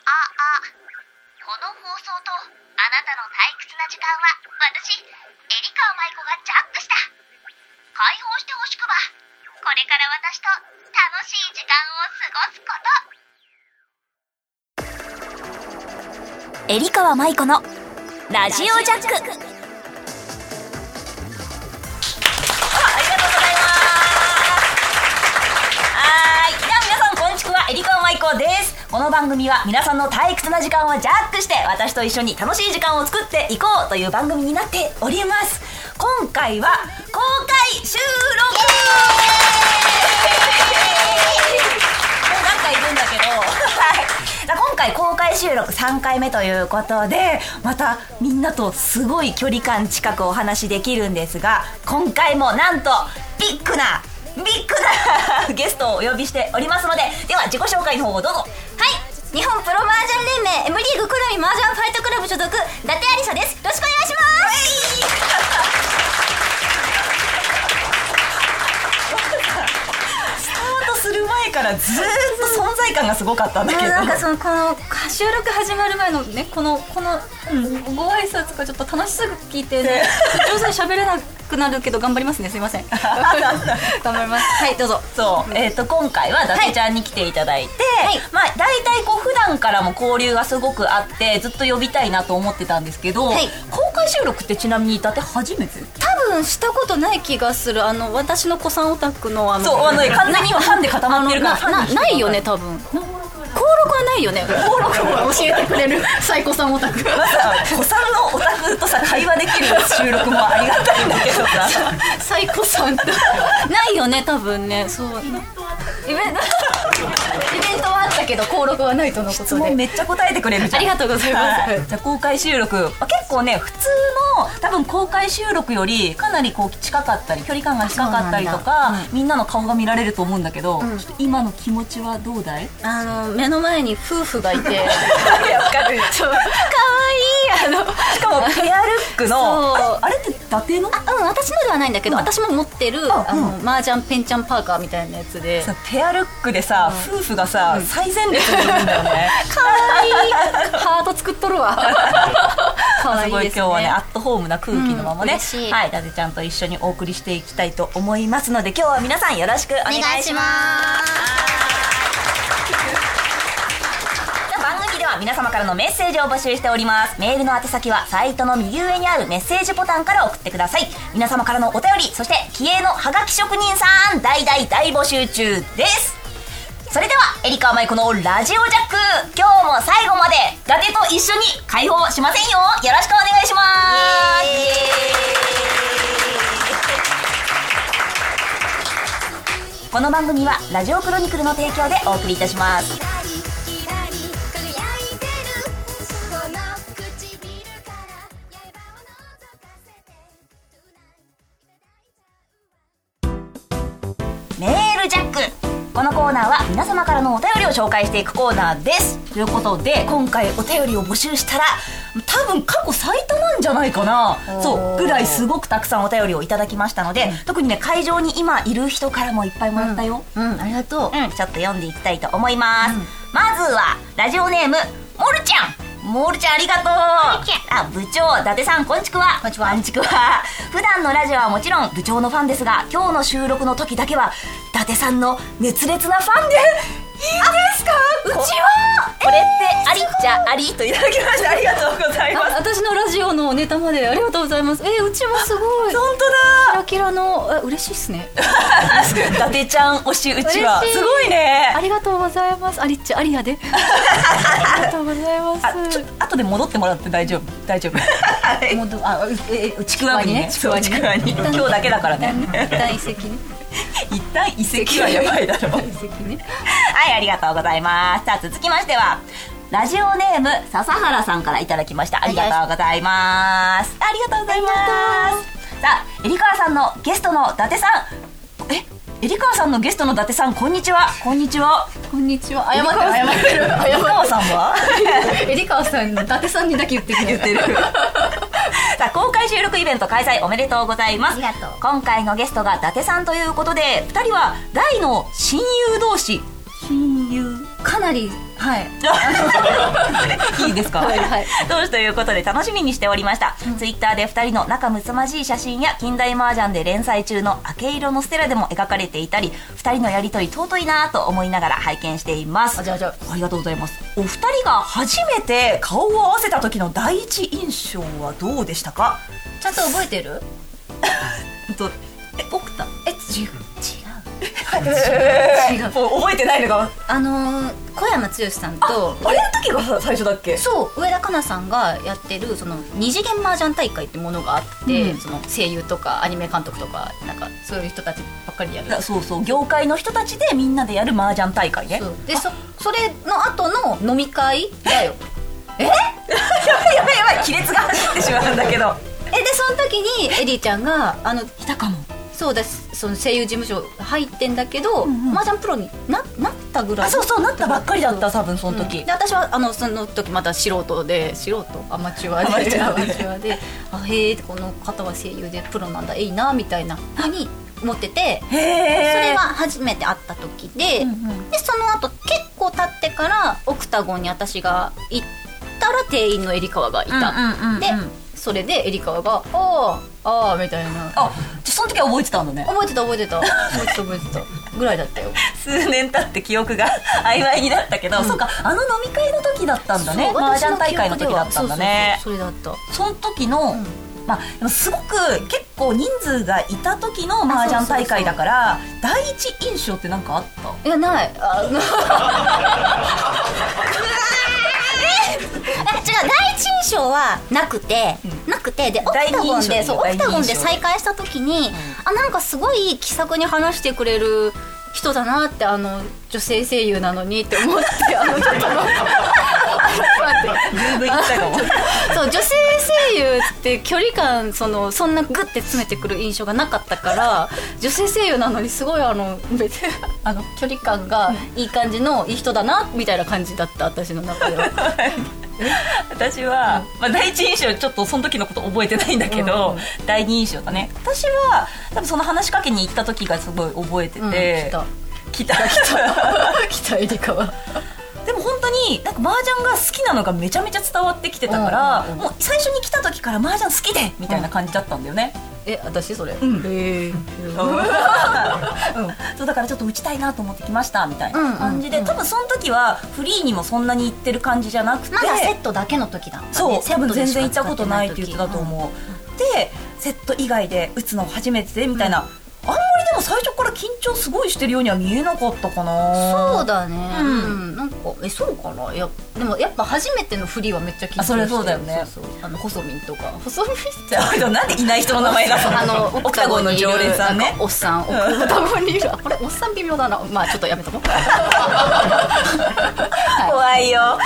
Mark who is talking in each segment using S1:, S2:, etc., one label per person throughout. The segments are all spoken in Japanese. S1: 録この放送とあなたの退屈な時間は私エリカ川舞子がジャックした解放してほしくばこれから私と楽しい時間を過ごすこと
S2: エリカワマイコのラジオジャック。ありがとうございます。はーい。では皆さん、こんにちは。エリカワマイコです。この番組は皆さんの退屈な時間をジャックして、私と一緒に楽しい時間を作っていこうという番組になっております。今回は、公開収録もう何かいるんだけど、 はい、今回公開収録3回目ということでまたみんなとすごい距離感近くお話しできるんですが今回もなんとビッグなビッグな ゲストをお呼びしておりますのででは自己紹介の方をどうぞ
S3: はい日本プロマージャン連盟 M リーグくるみマージャンファイトクラブ所属伊達ありさですよろしくお願いします
S2: スタートする前からずーっと存在感がすごかったんだけ
S3: もう
S2: ど
S3: なんかそのこの収録始まる前のねこのこのご挨拶がちょっと楽しすぎてね上手に喋れなくなるけど頑張りますねすいません頑張りますはいどうぞ
S2: そう、えー、と今回は伊達ちゃんに来ていただいて、
S3: はい
S2: まあ、大体こう普段からも交流がすごくあってずっと呼びたいなと思ってたんですけど、
S3: はい
S2: 公開収録ってちなみに伊達初めて
S3: 多分したことない気がするあの私の子さんオタクのあの
S2: そうあの完全に今ファンで固まってるか
S3: な
S2: ら
S3: なないよね多分登録はないよね登録は教えてくれる最高さんオタク
S2: まさ子さんのオタクとさ会話できる収録もありがたいんだけど さ
S3: 最高さんってないよね多分ねそうイベントイベントはあったけど登録はないとのこ
S2: 質
S3: と
S2: 問
S3: で
S2: めっちゃ答えてくれるじゃん
S3: ありがとうございます
S2: はじゃあ公開収録、まあ、結構ね普通の多分公開収録よりかなりこう近かったり距離感が近かったりと
S3: そう
S2: か、みんなの顔が見られると思うんだけど、ちょっと今の気持ちはどうだい
S3: あの目の前に夫婦 がいて
S2: し
S3: 可愛いあの
S2: かもペアルックの
S3: そう
S2: ああれって伊達の
S3: うん私のではないんだけど、私も持ってる
S2: あ
S3: あ
S2: うん
S3: の、マージャンペンちゃんパーカーみたいなやつで
S2: さペアルックでさ、夫婦がさ、最前列にいるんだよ ね
S3: 可愛い ハート作っとる わ可愛
S2: すごい
S3: いですね
S2: 今日はねアットホームな空気のまま
S3: う
S2: ね、
S3: ん嬉しい
S2: はい伊達ちゃんと一緒にお送りしていきたいと思いますので今日は皆さんよろしくお願いします番組では皆様からのメッセージを募集しておりますメールの宛先はサイトの右上にあるメッセージボタンから送ってください皆様からのお便りそして気鋭のハガキ職人さん大大大募集中ですそれではエリカマイコのラジオジャック今日も最後まで伊達と一緒に解放しませんよよろしくお願いしますこの番組はラジオクロニクルの提供でお送りいたします
S4: キラリキラリ輝いてるこの唇から刃を覗かせて Tonight
S2: メールジャックこのコーナーは皆様からのお便りを紹介していくコーナーですということで今回お便りを募集したら多分過去最多なんじゃないかなそうぐらいすごくたくさんお便りをいただきましたので、特にね会場に今いる人からもいっぱいもらったよ、
S3: うんありがとう
S2: うんちょっと読んでいきたいと思います、まずはラジオネームモルちゃんモルちゃんありがとうあ部長伊達さんこんちくわこんちは普段のラジオはもちろん部長のファンですが今日の収録の時だけは伊達さんの熱烈なファンでいいですかうちはこれってありじゃありといただきましたありがとうございます
S3: あ私のラジオのネタまでありがとうございますえうちもすごい
S2: 本当
S3: キラキラのあ嬉しいっすね
S2: だ伊達ちゃん推しうちは
S3: 嬉しい
S2: すごいね
S3: ありがとうございますありっちゃありやでありがとうございます
S2: あちょっと後で戻ってもらって大丈夫大 丈夫
S3: もうどあうええ
S2: ちくわにね
S3: ちくわに
S2: そうちくわに今日だけだからね
S3: 大石ね
S2: 一旦遺跡はやばいだろう
S3: 大石ね
S2: はいありがとうございますさあ続きましてはラジオネーム笹原さんからいただきましたありがとうございますありがとうございますさあエリカワさんのゲストの伊達さんえエリカワさんのゲストの伊達さんこんにちはこんにちは
S3: こんにちは謝
S2: エリ
S3: っ
S2: カワ
S3: て
S2: さん
S3: 謝ってる
S2: エリカワさんは
S3: 謝ってエリカワさんの伊達さんにだけ言ってくれ
S2: 言ってるさあ公開収録イベント開催おめでとうございます
S3: ありがとう
S2: 今回のゲストが伊達さんということで2人は大の親友同士親友か
S3: なりはい
S2: いいですか
S3: はいはい
S2: どうしということで楽しみにしておりました、ツイッターで2人の仲睦まじい写真や近代麻雀で連載中の「明け色のステラ」でも描かれていたり2人のやりとり尊いなと思いながら拝見しています
S3: あじゃあじゃあ
S2: りがとうございますお二人が初めて顔を合わせた時の第一印象はどうでしたか
S3: ちゃんと覚えてる
S2: と
S3: え奥田え違う違う違う
S2: 覚えてないのが
S3: あのー、小山剛さんと
S2: あれの時が最初だっけ
S3: そう上田香奈さんがやってるその二次元麻雀大会ってものがあって、
S2: うん
S3: その声優とかアニメ監督とかなんかそういう人たちばっかりやる
S2: そうそう業界の人たちでみんなでやる麻雀大会ね
S3: そうでそそれの後の飲み会だよ
S2: やばい やばいやばい亀裂が走ってしまうんだけど
S3: えでその時にエリーちゃんがあの
S2: いたかも
S3: そうですその声優事務所入ってんだけど、
S2: んうん
S3: 麻雀プロにななったぐらい
S2: あそうそうなったばっかりだった多分その時、
S3: うんで私はあのその時まだ素人で素人アマチュアで
S2: アマチュアで
S3: アマチュアであへえこの方は声優でプロなんだいいなみたいなふうに思ってて
S2: へ
S3: そ
S2: え
S3: れは初めて会った時で,、
S2: うんうん
S3: でその後結構経ってからオクタゴンに私が行ったら店員のエリカワがいた、
S2: うんうんうんうん
S3: でそれでエリカワが「あーあー」みたいな
S2: あじゃあその時は覚えてたんだね
S3: 覚えてた覚えてた 覚えてた覚えてたぐらいだったよ
S2: 数年経って記憶が 曖昧になったけど、そうかあの飲み会の時だったんだね
S3: そう
S2: 麻雀大会の時だったんだね
S3: そうそうそうそれだった
S2: その時の、
S3: ん
S2: まあでもすごく結構人数がいた時の麻雀大会だから第一印象って何かあった
S3: い やないあのえ違う第一印象はなくて、なくてでオク
S2: 第二
S3: タゴン
S2: 印象ね
S3: でそうオ
S2: 第二印
S3: クタ
S2: 象
S3: ゴンで再会した時に、あなんかすごい気さくに話してくれる人だなってあの女性声優なのにって思ってあのちょっと
S2: 十分言った かも
S3: そう女性声優って距離感そのそんなグッて詰めてくる印象がなかったから女性声優なのにすごいあの別 にあの距離感がいい感じのいい人だなみたいな感じだった私の中では
S2: 私は、まあ、第一印象ちょっとその時のこと覚えてないんだけど、
S3: うんうん
S2: 第二印象だね私は多分その話しかけに行った時がすごい 覚えてて、
S3: うん来た
S2: 来た来た
S3: 来たエ リカは
S2: でも本当になんか麻雀が好きなのがめちゃめちゃ伝わってきてたから、
S3: うんうんうん
S2: もう最初に来た時から麻雀好きでみたいな感じだったんだよね、
S3: え私それ、
S2: ん
S3: へえ
S2: うんそうだからちょっと打ちたいなと思ってきましたみたい
S3: うんうん
S2: な
S3: うん
S2: 感じで、多分その時はフリーにもそんなに行ってる感じじゃなくて
S3: まだセットだけの時だったね
S2: そう
S3: セ
S2: 多
S3: ッ
S2: 分
S3: トで
S2: 全
S3: しか
S2: 然行ったことないって言ってたと
S3: 使
S2: 思う、でセット以外で打つの初めてでみたいな、あんまりでも最初から緊張すごいしてるようには見えなかったかな
S3: そうだね、う
S2: うんん
S3: なんかえそうかないやでもやっぱ初めてのフリーはめっちゃ緊張して
S2: あそれそうだよね
S3: そうそうあの細民とか細民って
S2: だなんでいない人の名前だ
S3: あの
S2: オクタゴンの常連さん
S3: なん
S2: ね
S3: かおっさんオクタゴンにいるあこれおっさん微妙だなまあちょっとやめ とこうは
S2: 怖いよ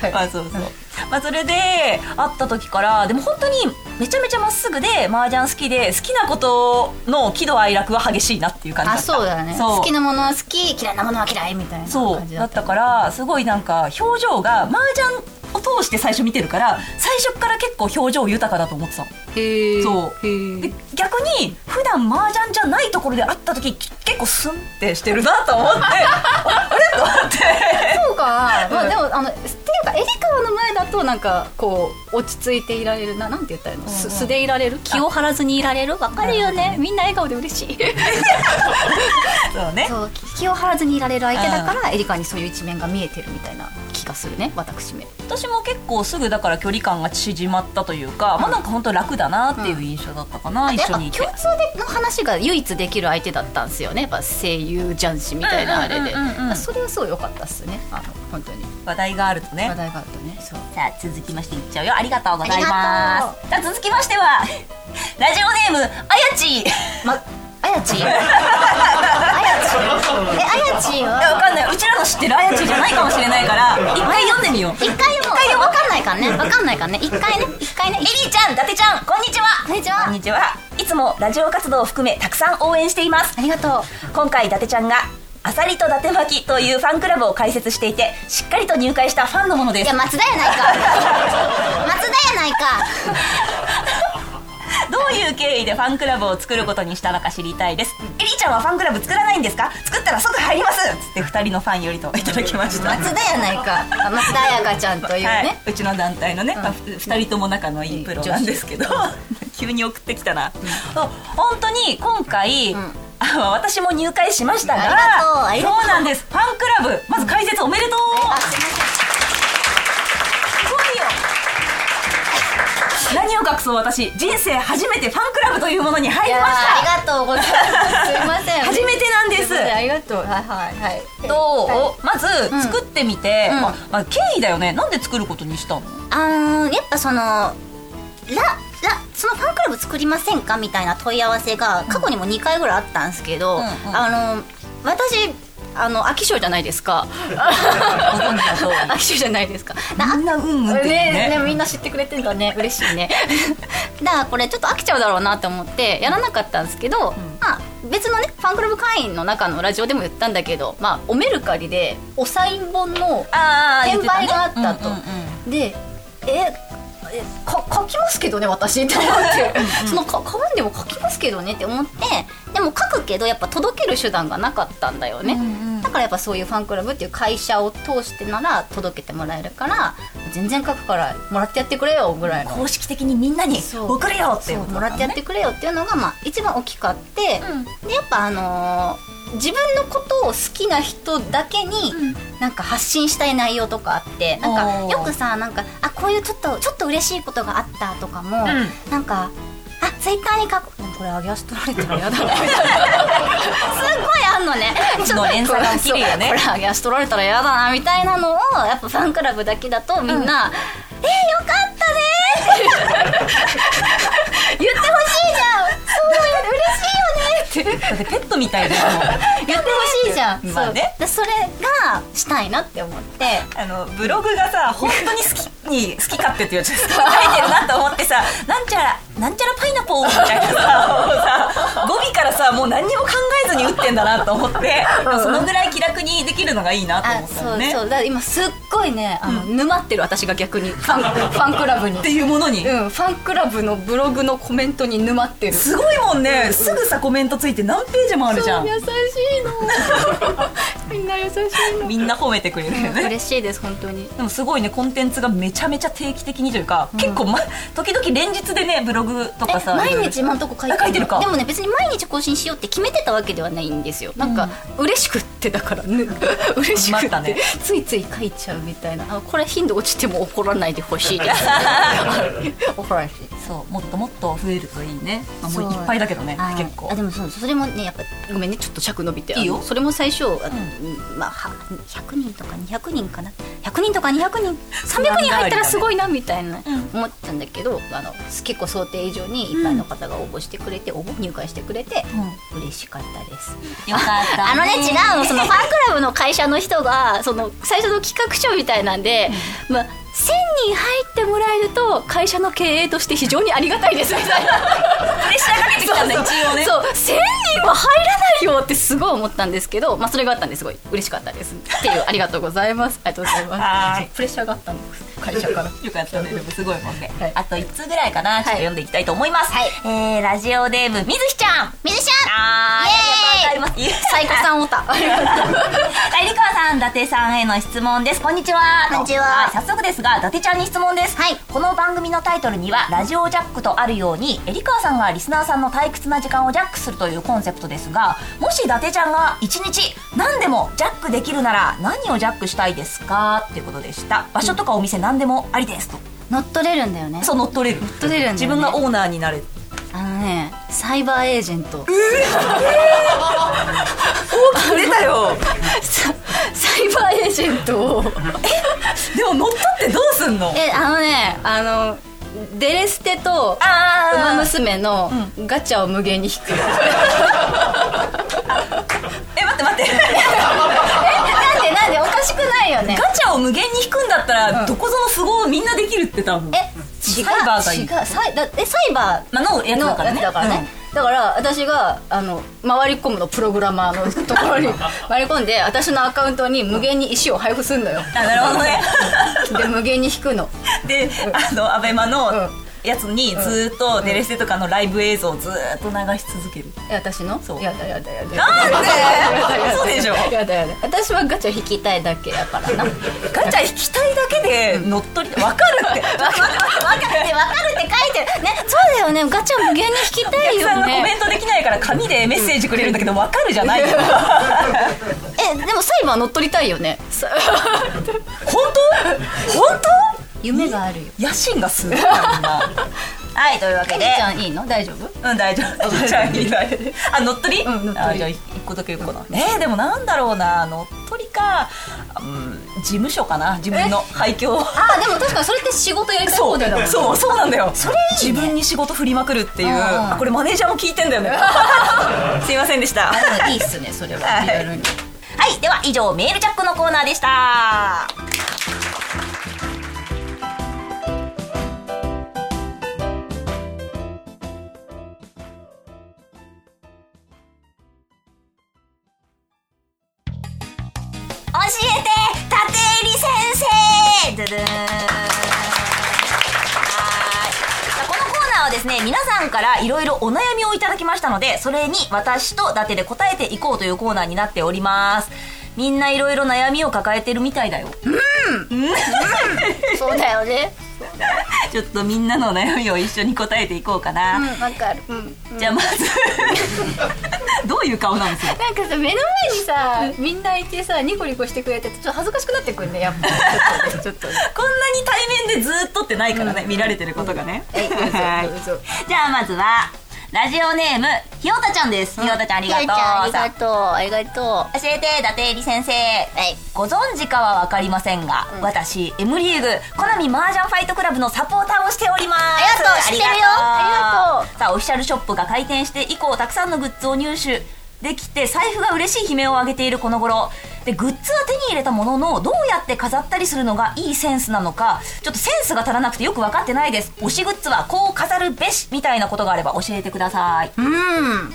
S3: いはい
S2: まあそうそう、まあ、それで会った時からでも本当にめちゃめちゃまっすぐで麻雀好きで好きなことの喜怒哀楽は激しいなっていう感じだ
S3: あ
S2: った
S3: そうだね
S2: そう
S3: 好きなものは好き嫌いなものは嫌いみたいな
S2: そ
S3: 感
S2: う
S3: じ
S2: だ
S3: だ
S2: っ
S3: った
S2: たからすごいなんか表情が麻雀を通して最初見てるから最初から結構表情豊かだと思ってたの
S3: へえ
S2: そう
S3: へ
S2: で
S3: え
S2: 逆に普段麻雀じゃないところで会った時き結構スンってしてるなと思って
S3: そうかまあでもあのっていうかエリカワの前だとなんかこう落ち着いていられるななんて言ったらいいの
S2: うん
S3: 素素でいられる気を張らずにいられるわかるよねみんな笑顔で嬉しい
S2: そうね
S3: そう気を張らずにいられる相手だからエリカにそういう一面が見えてるみたいな気がするね私め
S2: 私も結構すぐだから距離感が縮まったというか、まあなんか本当楽だなっていう印象だったかな、一緒にいて
S3: やっぱ共通での話が唯一できる相手だったんですよねやっぱ声優雀士みたいなあれで、
S2: うんうんうんうんうん
S3: それはすごい良かったっすねあの本当に
S2: 話題があるとね
S3: 話題があったねそう
S2: さあ続きましていっちゃうよありがとうござい
S3: あり
S2: ま
S3: が
S2: すさあ続きましてはラジオネームあやち
S3: まあや ちあやちえあやち
S2: いやわ
S3: は
S2: かんないうちらの知ってるあやちじゃないかもしれないから一回読んでみよう
S3: 一回も一回わかんないからねわかんないからね一回ね一回ね
S2: エリーちゃん伊達ちゃんこんにちは
S3: こんにちは
S2: こんにちはいつもラジオ活動を含めたくさん応援しています
S3: ありがとう
S2: 今回伊達ちゃんがアサリと伊達巻きというファンクラブを開設していてしっかりと入会したファンのもので
S5: い
S2: す
S5: や松田やないか松田やないか
S2: どうういう経緯でファンクラブを作ることにしたのか知りたいです、エリーちゃんはファンクラブ作らないんですか作ったら即入りますつって2人のファンよりといただきました
S6: 松田やないかあ松田彩香ちゃんというね、
S2: はい、うちの団体のね、
S6: ん
S2: まあふ二人とも仲のいいプロなんですけど、 急に送ってきたな、あ本当に今回、
S6: ん
S2: あ私も入会しましたが
S6: ありがとう
S2: そうなんですファンクラブまず開設おめでとう、
S6: あ
S2: す
S6: すいません
S2: ごいよ何を隠そう私人生初めてファンクラブというものに入
S6: い
S2: り
S6: や
S2: ました
S6: ありがとうございますすいません
S2: 初めてなんです
S6: いませんありがとうはいはいはい
S2: と、おまず
S3: ん
S2: 作ってみて、
S3: うん
S2: まあまあ、経緯だよねなんで作ることにしたの
S3: あのやっぱそのララそのファンクラブ作りませんかみたいな問い合わせが過去にも2回ぐらいあったんですけ
S2: ん
S3: ど、
S2: うん
S3: あの私あの飽き性じゃないですか飽き性じゃないですかだ
S2: みんなうんうんって言うね
S3: ねねみんな知ってくれてるからね嬉しいね だからこれちょっと飽きちゃうだろうなと思ってやらなかったんですけど、まあ別のねファンクラブ会員の中のラジオでも言ったんだけど、まあ、おメルカリでおサイン本の
S2: ああ
S3: 転売があったと、
S2: うんうんうん
S3: でええか書きますけどね私って思ってそのか買うんでも書きますけどねって思ってでも書くけどやっぱ届ける手段がなかったんだよね、だからやっぱそういうファンクラブっていう会社を通してなら届けてもらえるから全然書くからもらってやってくれよぐらいの
S2: 公式的にみんなに
S3: そう
S2: 送るよってい
S3: そう
S2: こ
S3: う
S2: と
S3: も
S2: だ
S3: らってやってくれよっていうのが、まあ、一番大きかって、でやっぱあのー自分のことを好きな人だけに、なんか発信したい内容とかあってなん
S2: お
S3: か
S2: ー
S3: よくさなんかあこういうちょっとちょっと嬉しいことがあったとかも、
S2: ん
S3: なんかあツイッターに書くでもこれ上げ足取られてるやだなすっごいあんのね ちょっと
S2: の連鎖が起きるよね
S3: そうこれ上げ足取られたらやだなみたいなのをやっぱファンクラブだけだとみんな、えー、よかったねーって 言ってほしいじゃんそう嬉しいよねって
S2: だってペットみたいでも
S3: 言ってほしいじ ゃん
S2: まあね
S3: そうでそれがしたいなって思って
S2: あ のブログがさ本当に好きに好き勝手って言うやつ好きに書いてるなと思ってさなんちゃらなんちゃらパイナポーみたい なさもうさ語尾からさもう何にも考えずに打ってんだなと思ってそのぐらい気楽にできるのがいいなと
S3: あ
S2: 思った
S3: そ
S2: の
S3: う
S2: ね
S3: そうだから今すっごいねあの、沼ってる私が逆にファンファンクラブに
S2: っていうものに、
S3: うんファンクラブのブログのコメントに沼ってる
S2: すごいもんね、すぐさコメントついて何ページもあるじゃん
S3: 優しいのみんな優しいの
S2: みんな褒めてくれるよね
S3: 嬉しいです本当に
S2: でもすごいねコンテンツがめちゃめちゃ定期的にというか、結構、ま、時々連日でねブログとか
S3: え
S2: さ
S3: 毎日今んとこ書いてる
S2: あ書いてるか
S3: でもね別に毎日更新しようって決めてたわけではないんですよなんか、嬉しくってだから、 ね、嬉しくっ、
S2: 待ってたね
S3: ついつい書いちゃうみたいなあこれ頻度落ちても怒らないでほし いです 怒らないで
S2: そうもっともっと増えるといいね、まあ、も
S3: そう
S2: ういっぱいだけどね
S3: あー
S2: 結構
S3: あでもそうそれもねやっぱごめんねちょっと尺伸びて
S2: いいよ
S3: あのそれも最初、あのまあは100人とか200人かな100人とか200人300人入 ったらすごいなみたいな思ってたんだけど、あの結構想定以上にいっぱいの方が応募してくれて、応募入会してくれて、嬉しかったです
S2: よかった
S3: あのね違うのそのファンクラブの会社の人がその最初の企画書みたいなんで、まあ、1000人入ってもらえると会社の経営として非常にありがたいですみたいなプレッシャーかけて
S2: きたんだ一応ね
S3: そう1000人は入らないよってすごい思ったんですけど、まあ、それがあったんですごい嬉しかったですっていうありがとうございますありがとうございま
S2: は
S3: す
S2: い
S3: そうプレッシャーがあったんです会社から
S2: よかったねでもすごいもんね、
S3: はい
S2: あと1通ぐらいかなちょっと読んでいきたいと思います、
S3: はい
S2: えー、ラジオネームみずひちゃん
S3: 水ちゃん
S2: あーありがとうございます
S3: 最高さんオタ
S2: はい、りかわさん、伊達さんへの質問です。こんにちは。
S3: こんにちはい
S2: 早速ですが、伊達ちゃんに質問です。
S3: はい
S2: この番組のタイトルには、ラジオジャックとあるように、えりかわさんがリスナーさんの退屈な時間をジャックするというコンセプトですが、もし伊達ちゃんが一日何でもジャックできるなら、何をジャックしたいですかっていうことでした。場所とかお店何でもありですと。
S3: 乗っ取れるんだよね
S2: そう、乗っ取れる。乗っ
S3: 取れるんだよね
S2: 自分がオーナーになる。
S3: あのねサイバーエージェント
S2: 取れたよ。
S3: ササイバーエージェントを
S2: でも乗っ取ってどうすんの
S3: えあのねあのデレステと
S2: あ
S3: ウマ
S2: ー
S3: 娘のガチャを無限に引く、なん
S2: え、待って待って。
S3: でなんでおかしくないよね
S2: ガチャを無限に引くんだったら、どこぞの符号をみんなできるって多分
S3: え
S2: 違
S3: 違
S2: う
S3: う
S2: サイバーがいい
S3: 違うサイだえサイバー
S2: まあのやつ
S3: の
S2: だか
S3: や
S2: ら
S3: つ
S2: ね
S3: だからね、だから私があの回り込むのプログラマーのところ に回り込んで私のアカウントに無限に石を配 布するのよ
S2: あなるほどね
S3: で無限に引くの
S2: であのアベマの、
S3: うん
S2: やつにずーっとデレステとかのライブ映像をずーっと流し続ける、
S3: え私の
S2: そう
S3: やだやだやだ
S2: なんでそうでしょ
S3: やだやだ私はガチャ引きたいだけや からな
S2: ガチャ引きたいだけで乗っ取りわかるって
S3: わかるってわかるって書いてるねそうだよねガチャ無限に引き
S2: お
S3: たい
S2: 客さん
S3: よ
S2: がコメ
S3: ね
S2: ントできないから紙でメッセージくれるんだけどわかるじゃないよ
S3: えでも裁判乗っ取りたいよねさ
S2: 本当本
S3: 夢があるよ
S2: 当野心がすごいな はいというわけ
S3: エリ
S2: で
S3: ちゃんいいの大丈夫
S2: うん大丈夫じゃあいいわあ乗っ取り
S3: うん乗っ取
S2: あ
S3: り
S2: じゃあ一個だけ言うかなえーでもなんだろうな乗っ取りかうん事務所かな自分の廃墟を
S3: あでも確かにそれって仕事やりたい
S2: そ
S3: 方
S2: う
S3: だよね
S2: そうそうなんだよ自分に仕事振りまくるっていう
S3: あー
S2: あこれマネージャーも聞いてんだ よねすいませんでしたは
S3: あでもいいっすねそれは
S2: はい
S3: リアルに
S2: いでは以上メールチャックのコーナーでした
S7: 教えて立入先生
S2: ドゥドゥーンはいさあこのコーナーはですね皆さんからいろいろお悩みをいただきましたのでそれに私と伊達で答えていこうというコーナーになっておりますみんないろいろ悩みを抱えてるみたいだよ
S3: そうだよね
S2: ちょっとみんなの悩みを一緒に答えていこうか
S3: うん
S2: な、
S3: わかるうん
S2: じゃあまず どういう顔なんですか
S3: なんかさ目の前にさみんないてさニコニコしてくれてちょっと恥ずかしくなってくるねやっぱ ちょっとね
S2: こんなに対面でずっとってないからね、見られてることがね、 はい
S3: どうぞ
S2: じゃあまずはラジオネームひよたちゃんですひよたちゃんありがとう
S3: ありがとうありがと
S2: 教えて伊達えり先生、ご存知かは分かりませんが、私 M リーグコナミ麻雀ファイトクラブのサポーターをしております
S3: ありがとう知ってるよあ
S2: が
S3: り
S2: とうさあオフィシャルショップが開店して以降たくさんのグッズを入手できて財布が嬉しい悲鳴を上げているこの頃でグッズは手に入れたもののどうやって飾ったりするのがいいセンスなのかちょっとセンスが足らなくてよく分かってないです推しグッズはこう飾るべしみたいなことがあれば教えてくださいう
S3: うん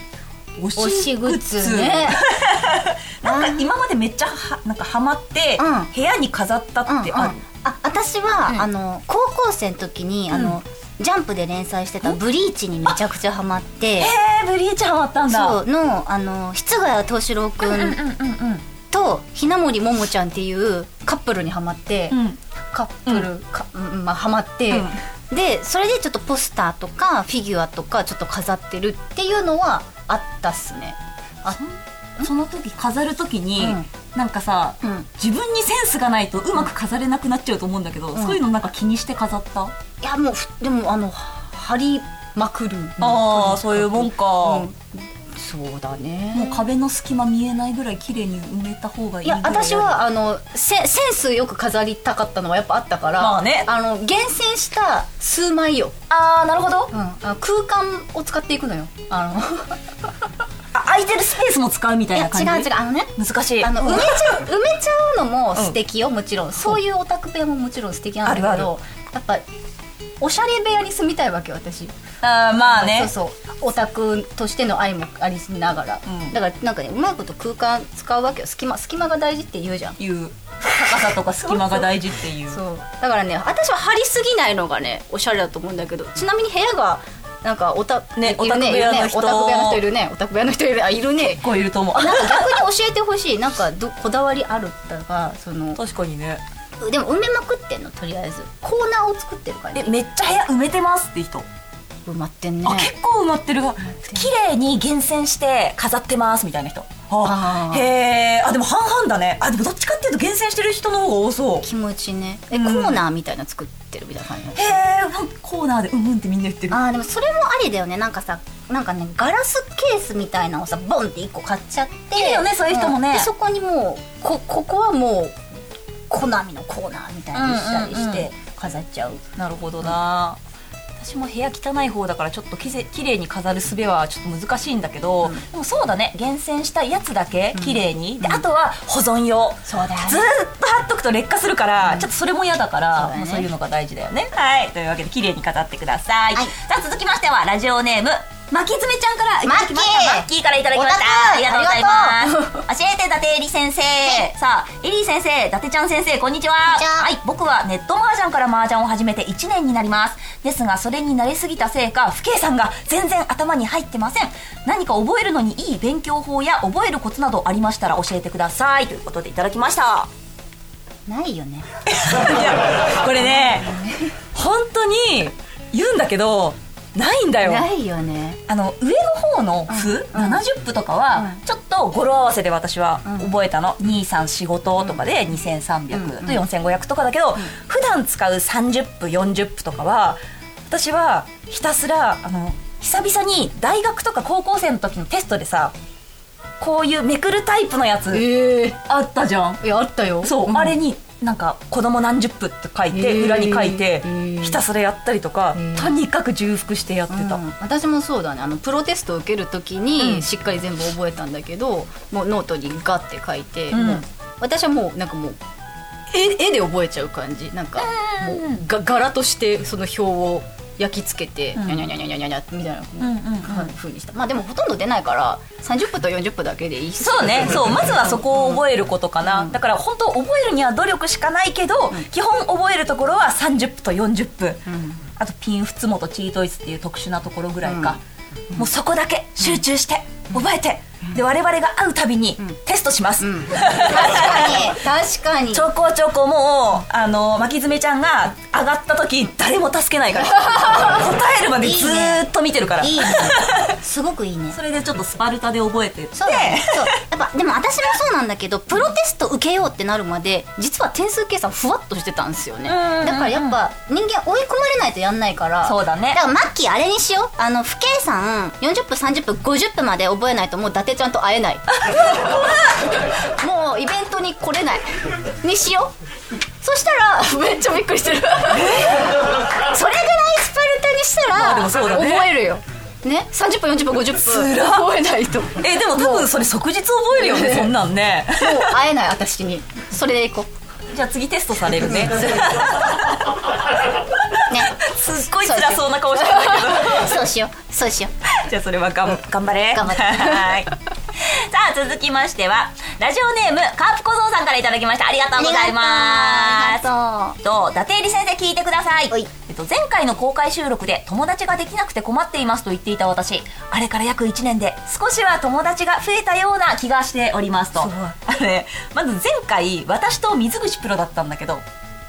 S3: 推しグッズね
S2: なんか今までめっちゃはなんかハマって、
S3: うん
S2: 部屋に飾ったってある、
S3: あ私は、
S2: うん
S3: あの高校生の時にあの、ジャンプで連載してた「ブリーチ」にめちゃくちゃハマって
S2: へえブリーチハマったんだ
S3: そうのあの室ヶ谷敏郎君
S2: うんうんうんうん
S3: とひなもりももちゃんっていうカップルにハマって、
S2: うん
S3: カップルか、うんまあ、ハマって、でそれでちょっとポスターとかフィギュアとかちょっと飾ってるっていうのはあったっすね。あ
S2: その時飾る時に、
S3: うん
S2: なんかさ、
S3: うん
S2: 自分にセンスがないとうまく飾れなくなっちゃうと思うんだけど、そういうのなんか気にして飾った、
S3: いやもうふでもあの貼りまくる
S2: ああそういうもんか、
S3: うんそうだね
S2: もう壁の隙間見えないぐらい綺麗に埋めた方がい
S3: い
S2: いぐら
S3: や
S2: い
S3: 私はあのセセンスよく飾りたかったのはやっぱあったから、
S2: まあね
S3: あの厳選した数枚よ、
S2: ああなるほど
S3: うん、あの空間を使っていくのよあの
S2: あ空いてるスペースも使うみた
S3: い
S2: い
S3: や
S2: な感じ
S3: 違う違うあのね
S2: 難しい
S3: あの
S2: うん
S3: 埋めちゃう埋めちゃうのも素敵よもちろんそういうオタク部屋ももちろん素敵なんだけど
S2: あるあ
S3: やっぱおしゃれ部屋に住みたいわけよ私
S2: あーまあね
S3: そうそうオタクとしての愛もありながら、
S2: うん
S3: だからなんかねうまいこと空間使うわけよ隙間隙間が大事って言うじゃん
S2: いう高さとか隙間が大事っていう
S3: そうだからね私は張りすぎないのがねおしゃれだと思うんだけどちなみに部屋がなんかオタ
S2: ね
S3: いる
S2: オタク部屋の人
S3: いるねオタク部屋の人いるねオタク部屋の人いるあいるね
S2: こういると思う
S3: なんか逆に教えてほしいなんかどこだわりあるだがその
S2: 確かにね
S3: でも埋めまくってんのとりあえずコーナーを作ってるから
S2: え
S3: ね
S2: めっちゃ部屋埋めてますって人、
S3: 埋まってんね
S2: あ結構埋まってるが綺麗に厳選して飾ってますみたいな人あ
S3: あー
S2: へえあでも半々だねあでもどっちかっていうと厳選してる人の方が多そう
S3: 気持ちねえ、
S2: うん
S3: コーナーみたいなの作ってるみたいな感じ
S2: へえコーナーでうんうんってみんな言ってる
S3: あーでもそれもありだよねなんかさなんかねガラスケースみたいなのをさボンって1個買っちゃって
S2: いいよねそういう人もね
S3: んでそこにもうこここはもうコナミのコーナーみたいにしたりして、
S2: うんうん
S3: 飾っちゃう
S2: なるほどな、私も部屋汚い方だからちょっときれ綺麗に飾る術はちょっと難しいんだけど、でもそうだね厳選したやつだけ綺麗に、であとは保存用
S3: そうだよね
S2: ずーっと貼っとくと劣化するから、ちょっとそれも嫌だから
S3: そうだ
S2: そう,、
S3: ね
S2: そういうのが大事だよねはいというわけで綺麗に飾ってください、
S3: はい
S2: さあ続きましてはラジオネーム巻き爪ちゃんからい
S3: マッ
S2: た
S3: キ
S2: だき
S3: ー
S2: ましたマッキーからいただきまし
S3: お
S2: たあ
S3: 高い
S2: りがとうございます 教えて伊達エリ先生さあエリ先生伊達ちゃん先生こんにちは
S3: にちは
S2: はい僕はネット麻雀から麻雀を始めて1年になりますですがそれに慣れすぎたせいか父兄さんが全然頭に入ってません何か覚えるのにいい勉強法や覚えるコツなどありましたら教えてくださいということでいただき ました
S3: ないよね
S8: これね本当に言うんだけどないんだよ
S3: ないよね
S2: あの上の方の譜、70譜とかは、ちょっと語呂合わせで私は覚えたの、2345ととかで2300と4500とかだけど、普段使う30譜40譜とかは私はひたすらあの久々に大学とか高校生の時のテストでさこういうめくるタイプのやつ
S3: ええ
S2: あったじゃん
S3: いやあったよ
S2: そう、
S3: ん
S2: あれになんか「子供何十分」って書いて、
S3: へー
S2: 裏に書いて、
S3: へー
S2: ひたすらやったりとか、
S3: ー
S2: とにかく重複してやってた、
S3: うん私もそうだねあのプロテストを受けるとき
S2: うん
S3: にしっかり全部覚えたんだけど、もうノートにガッて書いて、
S2: うん
S3: もう私はもうなんかもう絵絵で覚えちゃう感じなんかもうが柄としてその表を焼き付けて、
S2: ん
S3: にゃにゃにゃにゃにゃにゃにゃみたいなふう
S2: うんうんうん
S3: 風にしたまあでもほとんど出ないから30分と40分だけでいいし
S2: そうねそうまずはそこを覚えることかな、だから本当覚えるには努力しかないけど、基本覚えるところは30分と40分、あとピンフツモとチートイスっていう特殊なところぐらいか、もうそこだけ集中して覚えて、で我々が会うたびにテストします、
S3: 確かに
S2: ちょこちょこもうあの巻き爪ちゃんが上がった時誰も助けないから 答えるまでずーっと見てるから
S3: いいねすごくいいね
S2: それでちょっとスパルタで覚えて
S3: そうだねそうやっぱでも私もそうなんだけどプロテスト受けようってなるまで実は点数計算ふわっとしてたんですよねだ
S2: んうんうん
S3: からやっぱ人間追い込まれないとやんないから
S2: そうだね
S3: だからマッキーあれにしようあの不計算40分30分50分まで覚えないともう伊達ちゃんと会 えないもうイベントに来れないにしようそしたらめっちゃびっくりしてるそれぐらいスパルタにしたら、
S2: でもそうだね
S3: 覚えるよね30分40分50分覚えないと
S2: えでも多分それ即日覚えるよねそんなんね
S3: もう会えない私にそれで行こ
S2: じゃあ次テストされるね
S3: うね
S2: すっごい辛そうな顔してるんだけど
S3: そうしようそうしよ
S2: じゃあそれはがん頑張れ
S3: 頑張って
S2: はいさあ続きましてはラジオネームカープ小僧さんからいただきましたありがとうございます
S3: あ
S2: と伊達入り先生聞いてください
S3: はい
S2: えっと、前回の公開収録で友達ができなくて困っていますと言っていた私あれから約1年で少しは友達が増えたような気がしておりますと あのねまず前回私と水口プロだったんだけど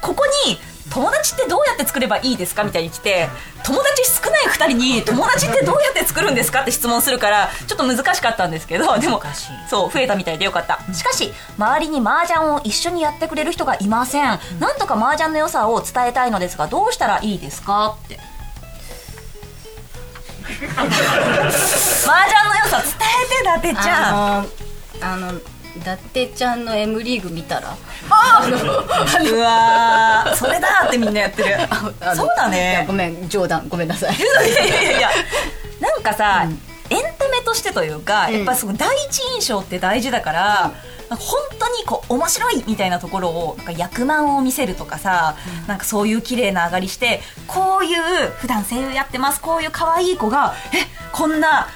S2: ここに友達ってどうやって作ればいいですかみたいに来て友達少ない2人に友達ってどうやって作るんですかって質問するからちょっと難しかったんですけどでもそう増えたみたいでよかったしかし周りに麻雀を一緒にやってくれる人がいませんなんとか麻雀の良さを伝えたいのですがどうしたらいいですかって麻雀の良さ伝えて伊達ちゃん
S3: のあの伊達ちゃんの M リーグ見たら
S2: うわーそれだーってみんなやってる
S3: あの
S2: そうだ
S3: いや
S2: ね
S3: ごめん冗談ごめんなさい
S2: いやいやいやなんかさ、エンタメとしてというか、やっぱりその第一印象って大事だから、なんか本当にこう面白いみたいなところをなんか役満を見せるとかさ、なんかそういう綺麗な上がりしてこういう普段声優やってますこういう可愛い子がえこんな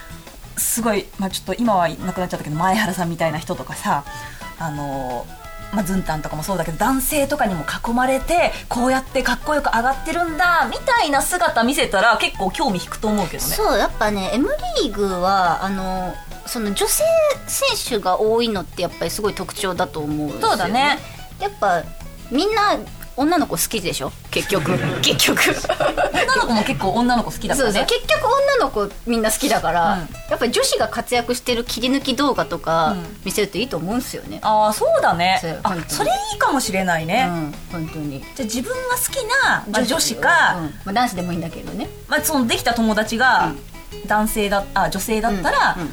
S2: すごい、まあ、ちょっと今はいなくなっちゃったけど前原さんみたいな人とかさあのーまあ、ずんたんとかもそうだけど男性とかにも囲まれてこうやってかっこよく上がってるんだみたいな姿見せたら結構興味引くと思うけどね
S3: そうやっぱね M リーグはあのその女性選手が多いのってやっぱりすごい特徴だと思うんですよ、
S2: そうだね
S3: やっぱみんな女の子好きでしょ結 局結局
S2: 女の子も結構女の子好きだか
S3: そ
S2: ら
S3: うそう
S2: ね
S3: 結局女の子みんな好きだから、
S2: うん
S3: やっぱり女子が活躍してる切り抜き動画とか
S2: うん
S3: 見せるといいと思うんですよね、
S2: ああそうだね
S3: そう
S2: あ
S3: 本当に
S2: それいいかもしれないね、
S3: うん本当に
S2: じゃあ自分が好きな、まあ、女子か、
S3: うんまあ、男子でもいいんだけどね
S2: まあ、そのできた友達が男性だあ女性だったら、
S3: うんうん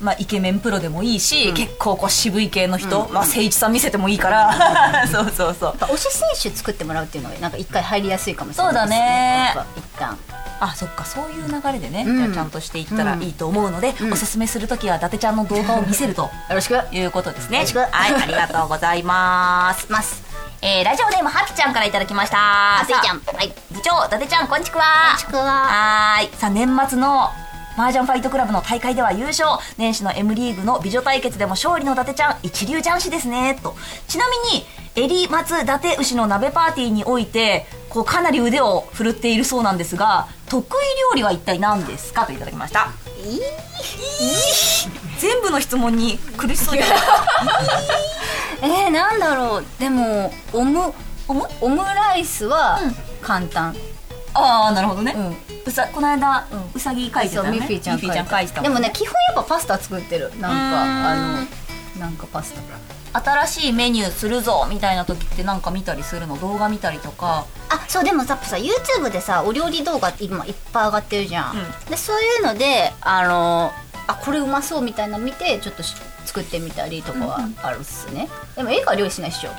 S2: まあ、イケメンプロでもいいし、結構こう渋い系の人、まあ、誠一さん見せてもいいから、 そうそうそう
S3: やっぱ推し選手作ってもらうっていうのがなんか一回入りやすいかもしれない
S2: そうだね
S3: やっぱ一旦
S2: あそっかそういう流れでね、
S3: ん
S2: じゃあちゃんとしていったらいいと思うので、
S3: ん
S2: おすすめするときは伊達ちゃんの動画を見せると
S3: よろしく
S2: いうことですね
S3: よろしく
S2: はいありがとうございます
S3: ます
S2: えー、ラジオネームハピちゃんからいただきましたハ
S3: あせいちゃんはい
S2: 部長伊達ちゃんこんにちは
S3: ちくわ
S2: はーいさあ年末の麻雀ファイトクラブの大会では優勝年始の M リーグの美女対決でも勝利の伊達ちゃん一流雀士ですねとちなみに襟松伊達牛の鍋パーティーにおいてこうかなり腕を振るっているそうなんですが得意料理は一体何ですかといただきました全部の質問に苦しそうに
S3: えー、なんだろうでもオムオムオムライスは簡単、
S2: ああなるほどね、
S3: ん
S2: うさこの間、うさぎ書いてた
S3: そう
S2: ね
S3: ミッフィーちゃん
S2: ミッフィーちゃん書いてた
S3: で
S2: ん
S3: もね基本やっぱパスタ作ってるなんか
S2: うーん
S3: あのなんかパスタ
S2: 新しいメニューするぞみたいな時ってなんか見たりするの動画見たりとか
S3: あそうでもささ YouTube でさお料理動画今いっぱい上がってるじゃん、でそういうのであのあこれうまそうみたいなの見てちょっとし作ってみたりとかはあるっすね、でも絵が料理しないっ しょ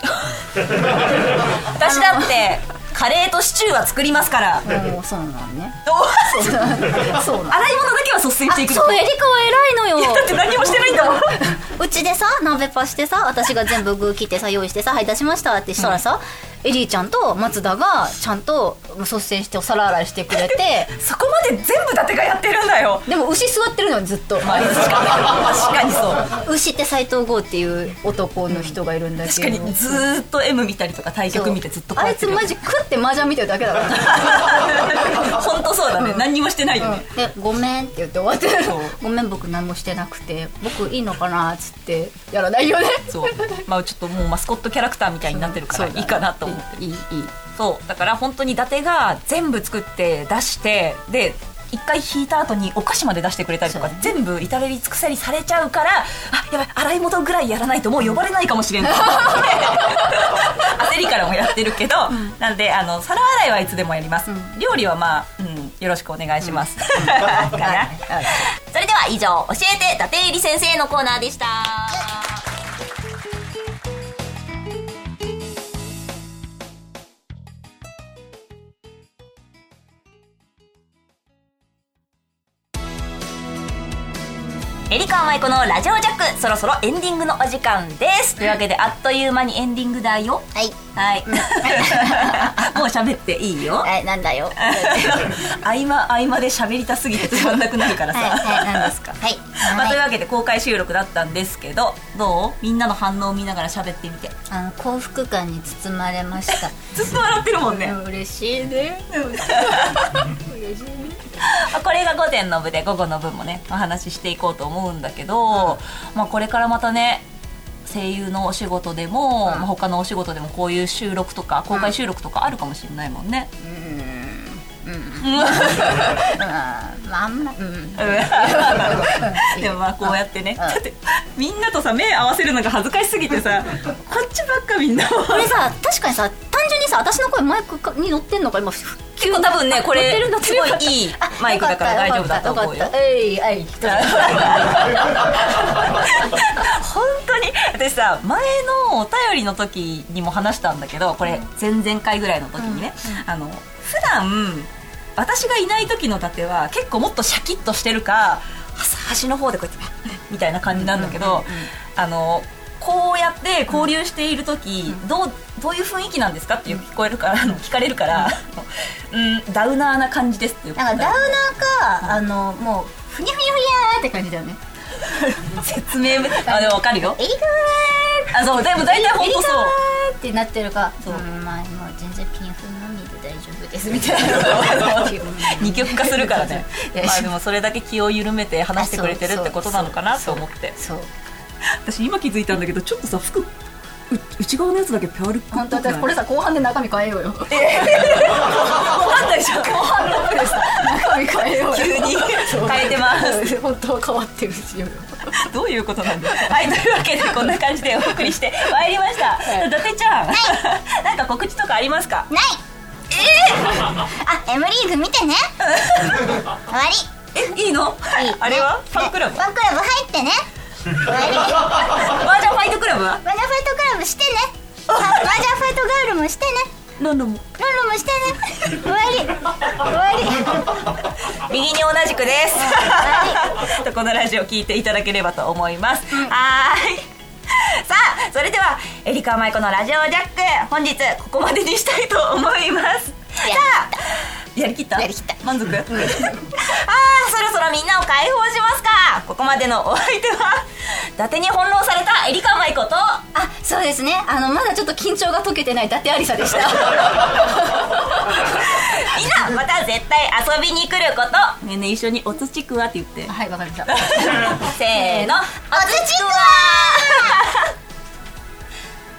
S2: 私だって カレーとシチューは作りますから
S3: もうそうなんね
S2: 洗
S3: そうなん
S2: い物だけは率先
S3: あ
S2: し
S3: そ
S2: て
S3: うエ
S2: いくん
S3: リカ
S2: だ
S3: は偉いのよ
S2: って何もしてないん だもん
S3: うちでさ鍋パしてさ私が全部具切ってさ用意してさ「はい出しました」ってしたらさ、エリーちゃんと松田がちゃんと率先してお皿洗いしてくれて
S2: そこまで全部伊達がやってるんだよ
S3: でも牛座ってるのよずっと
S2: 確かにそう
S3: 牛って斎藤剛っていう男の人がいるんだ
S2: 確
S3: け
S2: か
S3: ど、
S2: にずーっと M 見たりとか対
S3: そう
S2: 局見てずっとこう
S3: あ
S2: や
S3: い
S2: って
S3: つ
S2: る
S3: マジ食って麻雀見てるだけだから
S2: 本当そうだね、何にもしてないよね、
S3: で「ごめん」って言って終わって
S2: そう
S3: 「ごめん僕何もしてなくて僕いいのかな」っつってやらないよね
S2: そうまあちょっともうマスコットキャラクターみたいになってるからいいかなと思って
S3: いいいい
S2: そうだから本当に伊達が全部作って出してで一回引いた後にお菓子まで出してくれたりとか、
S3: そう
S2: 全部至れり尽くせりされちゃうからあやばい洗い物ぐらいやらないともう呼ばれないかもしれない 焦りからもやってるけど、なんであの皿洗いはいつでもやります、料理はまあ、うん、よろしくお願いします、 かなそれでは以上教えて伊達入り先生のコーナーでしたエリカンマイコのラジオジャックそろそろエンディングのお時間ですというわけであっという間にエンディングだよ
S3: はい
S2: はい もう喋っていいよ
S3: えなんだよ
S2: 合間合間で喋りたすぎてつまんなくなるからさ
S3: はいはい何ですかはい
S2: まあ、というわけで公開収録だったんですけどどうみんなの反応を見ながら喋ってみて
S3: あの幸福感に包まれました。
S2: ずっと笑ってるもんね、
S3: うん嬉しいね。
S2: まあこれが午前の部で午後の部もねお話ししていこうと思うんだけど、まあ、これからまたね声優のお仕事でも、まあ他のお仕事でもこういう収録とか公開収録とかあるかもしれないもんね、
S3: うんまああんま、うん、
S2: でもまあこうやってねだってみんなとさ目合わせるのが恥ずかしすぎてさこっちばっかみんな
S3: これさ確かにさ単純にさ私の声マイクに乗ってんのか今
S2: 結構多分ねこ
S3: 乗って
S2: れ
S3: る乗って
S2: す
S3: る
S2: ごいいいマイクだから大丈夫だと思うよ
S3: よかったよかったよかったえいえ い
S2: 本当に私さ前のお便りの時にも話したんだけどこれ前々回ぐらいの時にね、あの普段私がいない時の伊達は結構もっとシャキッとしてるか端の方でこうやって みたいな感じなんだけど、あのこうやって交流している時、どうどういう雰囲気なんですかってよく聞こえるから、あの聞かれるから、うん、ダウナーな感じですっていう
S3: なんかダウナーかあのもうふにゃふにゃふにゃーって感じだよね
S2: 説明あでも分かるよ
S3: エリカ
S2: あそうでも大体本当そう
S3: ーってなってるか
S2: そう
S3: うんまあもう全然ピンフのみで大丈夫ですみたいな
S2: 二極化するからね
S3: いや
S2: まあでもそれだけ気を緩めて話してくれてるってことなのかなと思って
S3: そう
S8: 私今気づいたんだけどちょっとさ服う内側のやつだけペアルック
S3: 本当私これさ後半で中身変えよ うよ
S2: あったでしょ
S3: 中身変えようよ
S2: 急に変えてます
S3: 本当は変わってるしよ
S2: どういうことなんですかはいというわけでこんな感じでお送りしてまいりました、伊達ちゃん、なんか告知とかありますか
S1: ないええあ M リーグ見て ね終わり
S2: えいいのあれはファンクラブ
S1: ファンクラブ入ってね終わり
S2: マージャンファイトクラブは
S1: マジャファイトクラブしてねマジャファイトガールもしてね
S2: 何度も
S1: ロンロンもしてね終わり終わり
S2: 右に同じく です。とこのラジオ聞いていただければと思います。はーい。 さあ、それではエリカマイコのラジオジャック本日ここまでにしたいと思います。さあ、やりきった。やりきった。満 足。ああ、そろそろみんなを解放しますか。ここまでのお相手は伊達に翻弄されたエリカマイコと。
S3: あそうですねあのまだちょっと緊張が解けてない伊達ありさでした
S2: 遊びに来ることねえねえ一緒におつちくわって言って
S3: はいわかり ました
S2: せーのおつちくわ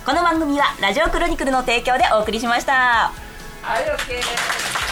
S2: この番組は「ラジオクロニクル」の提供でお送りしました。
S8: はい、OK です。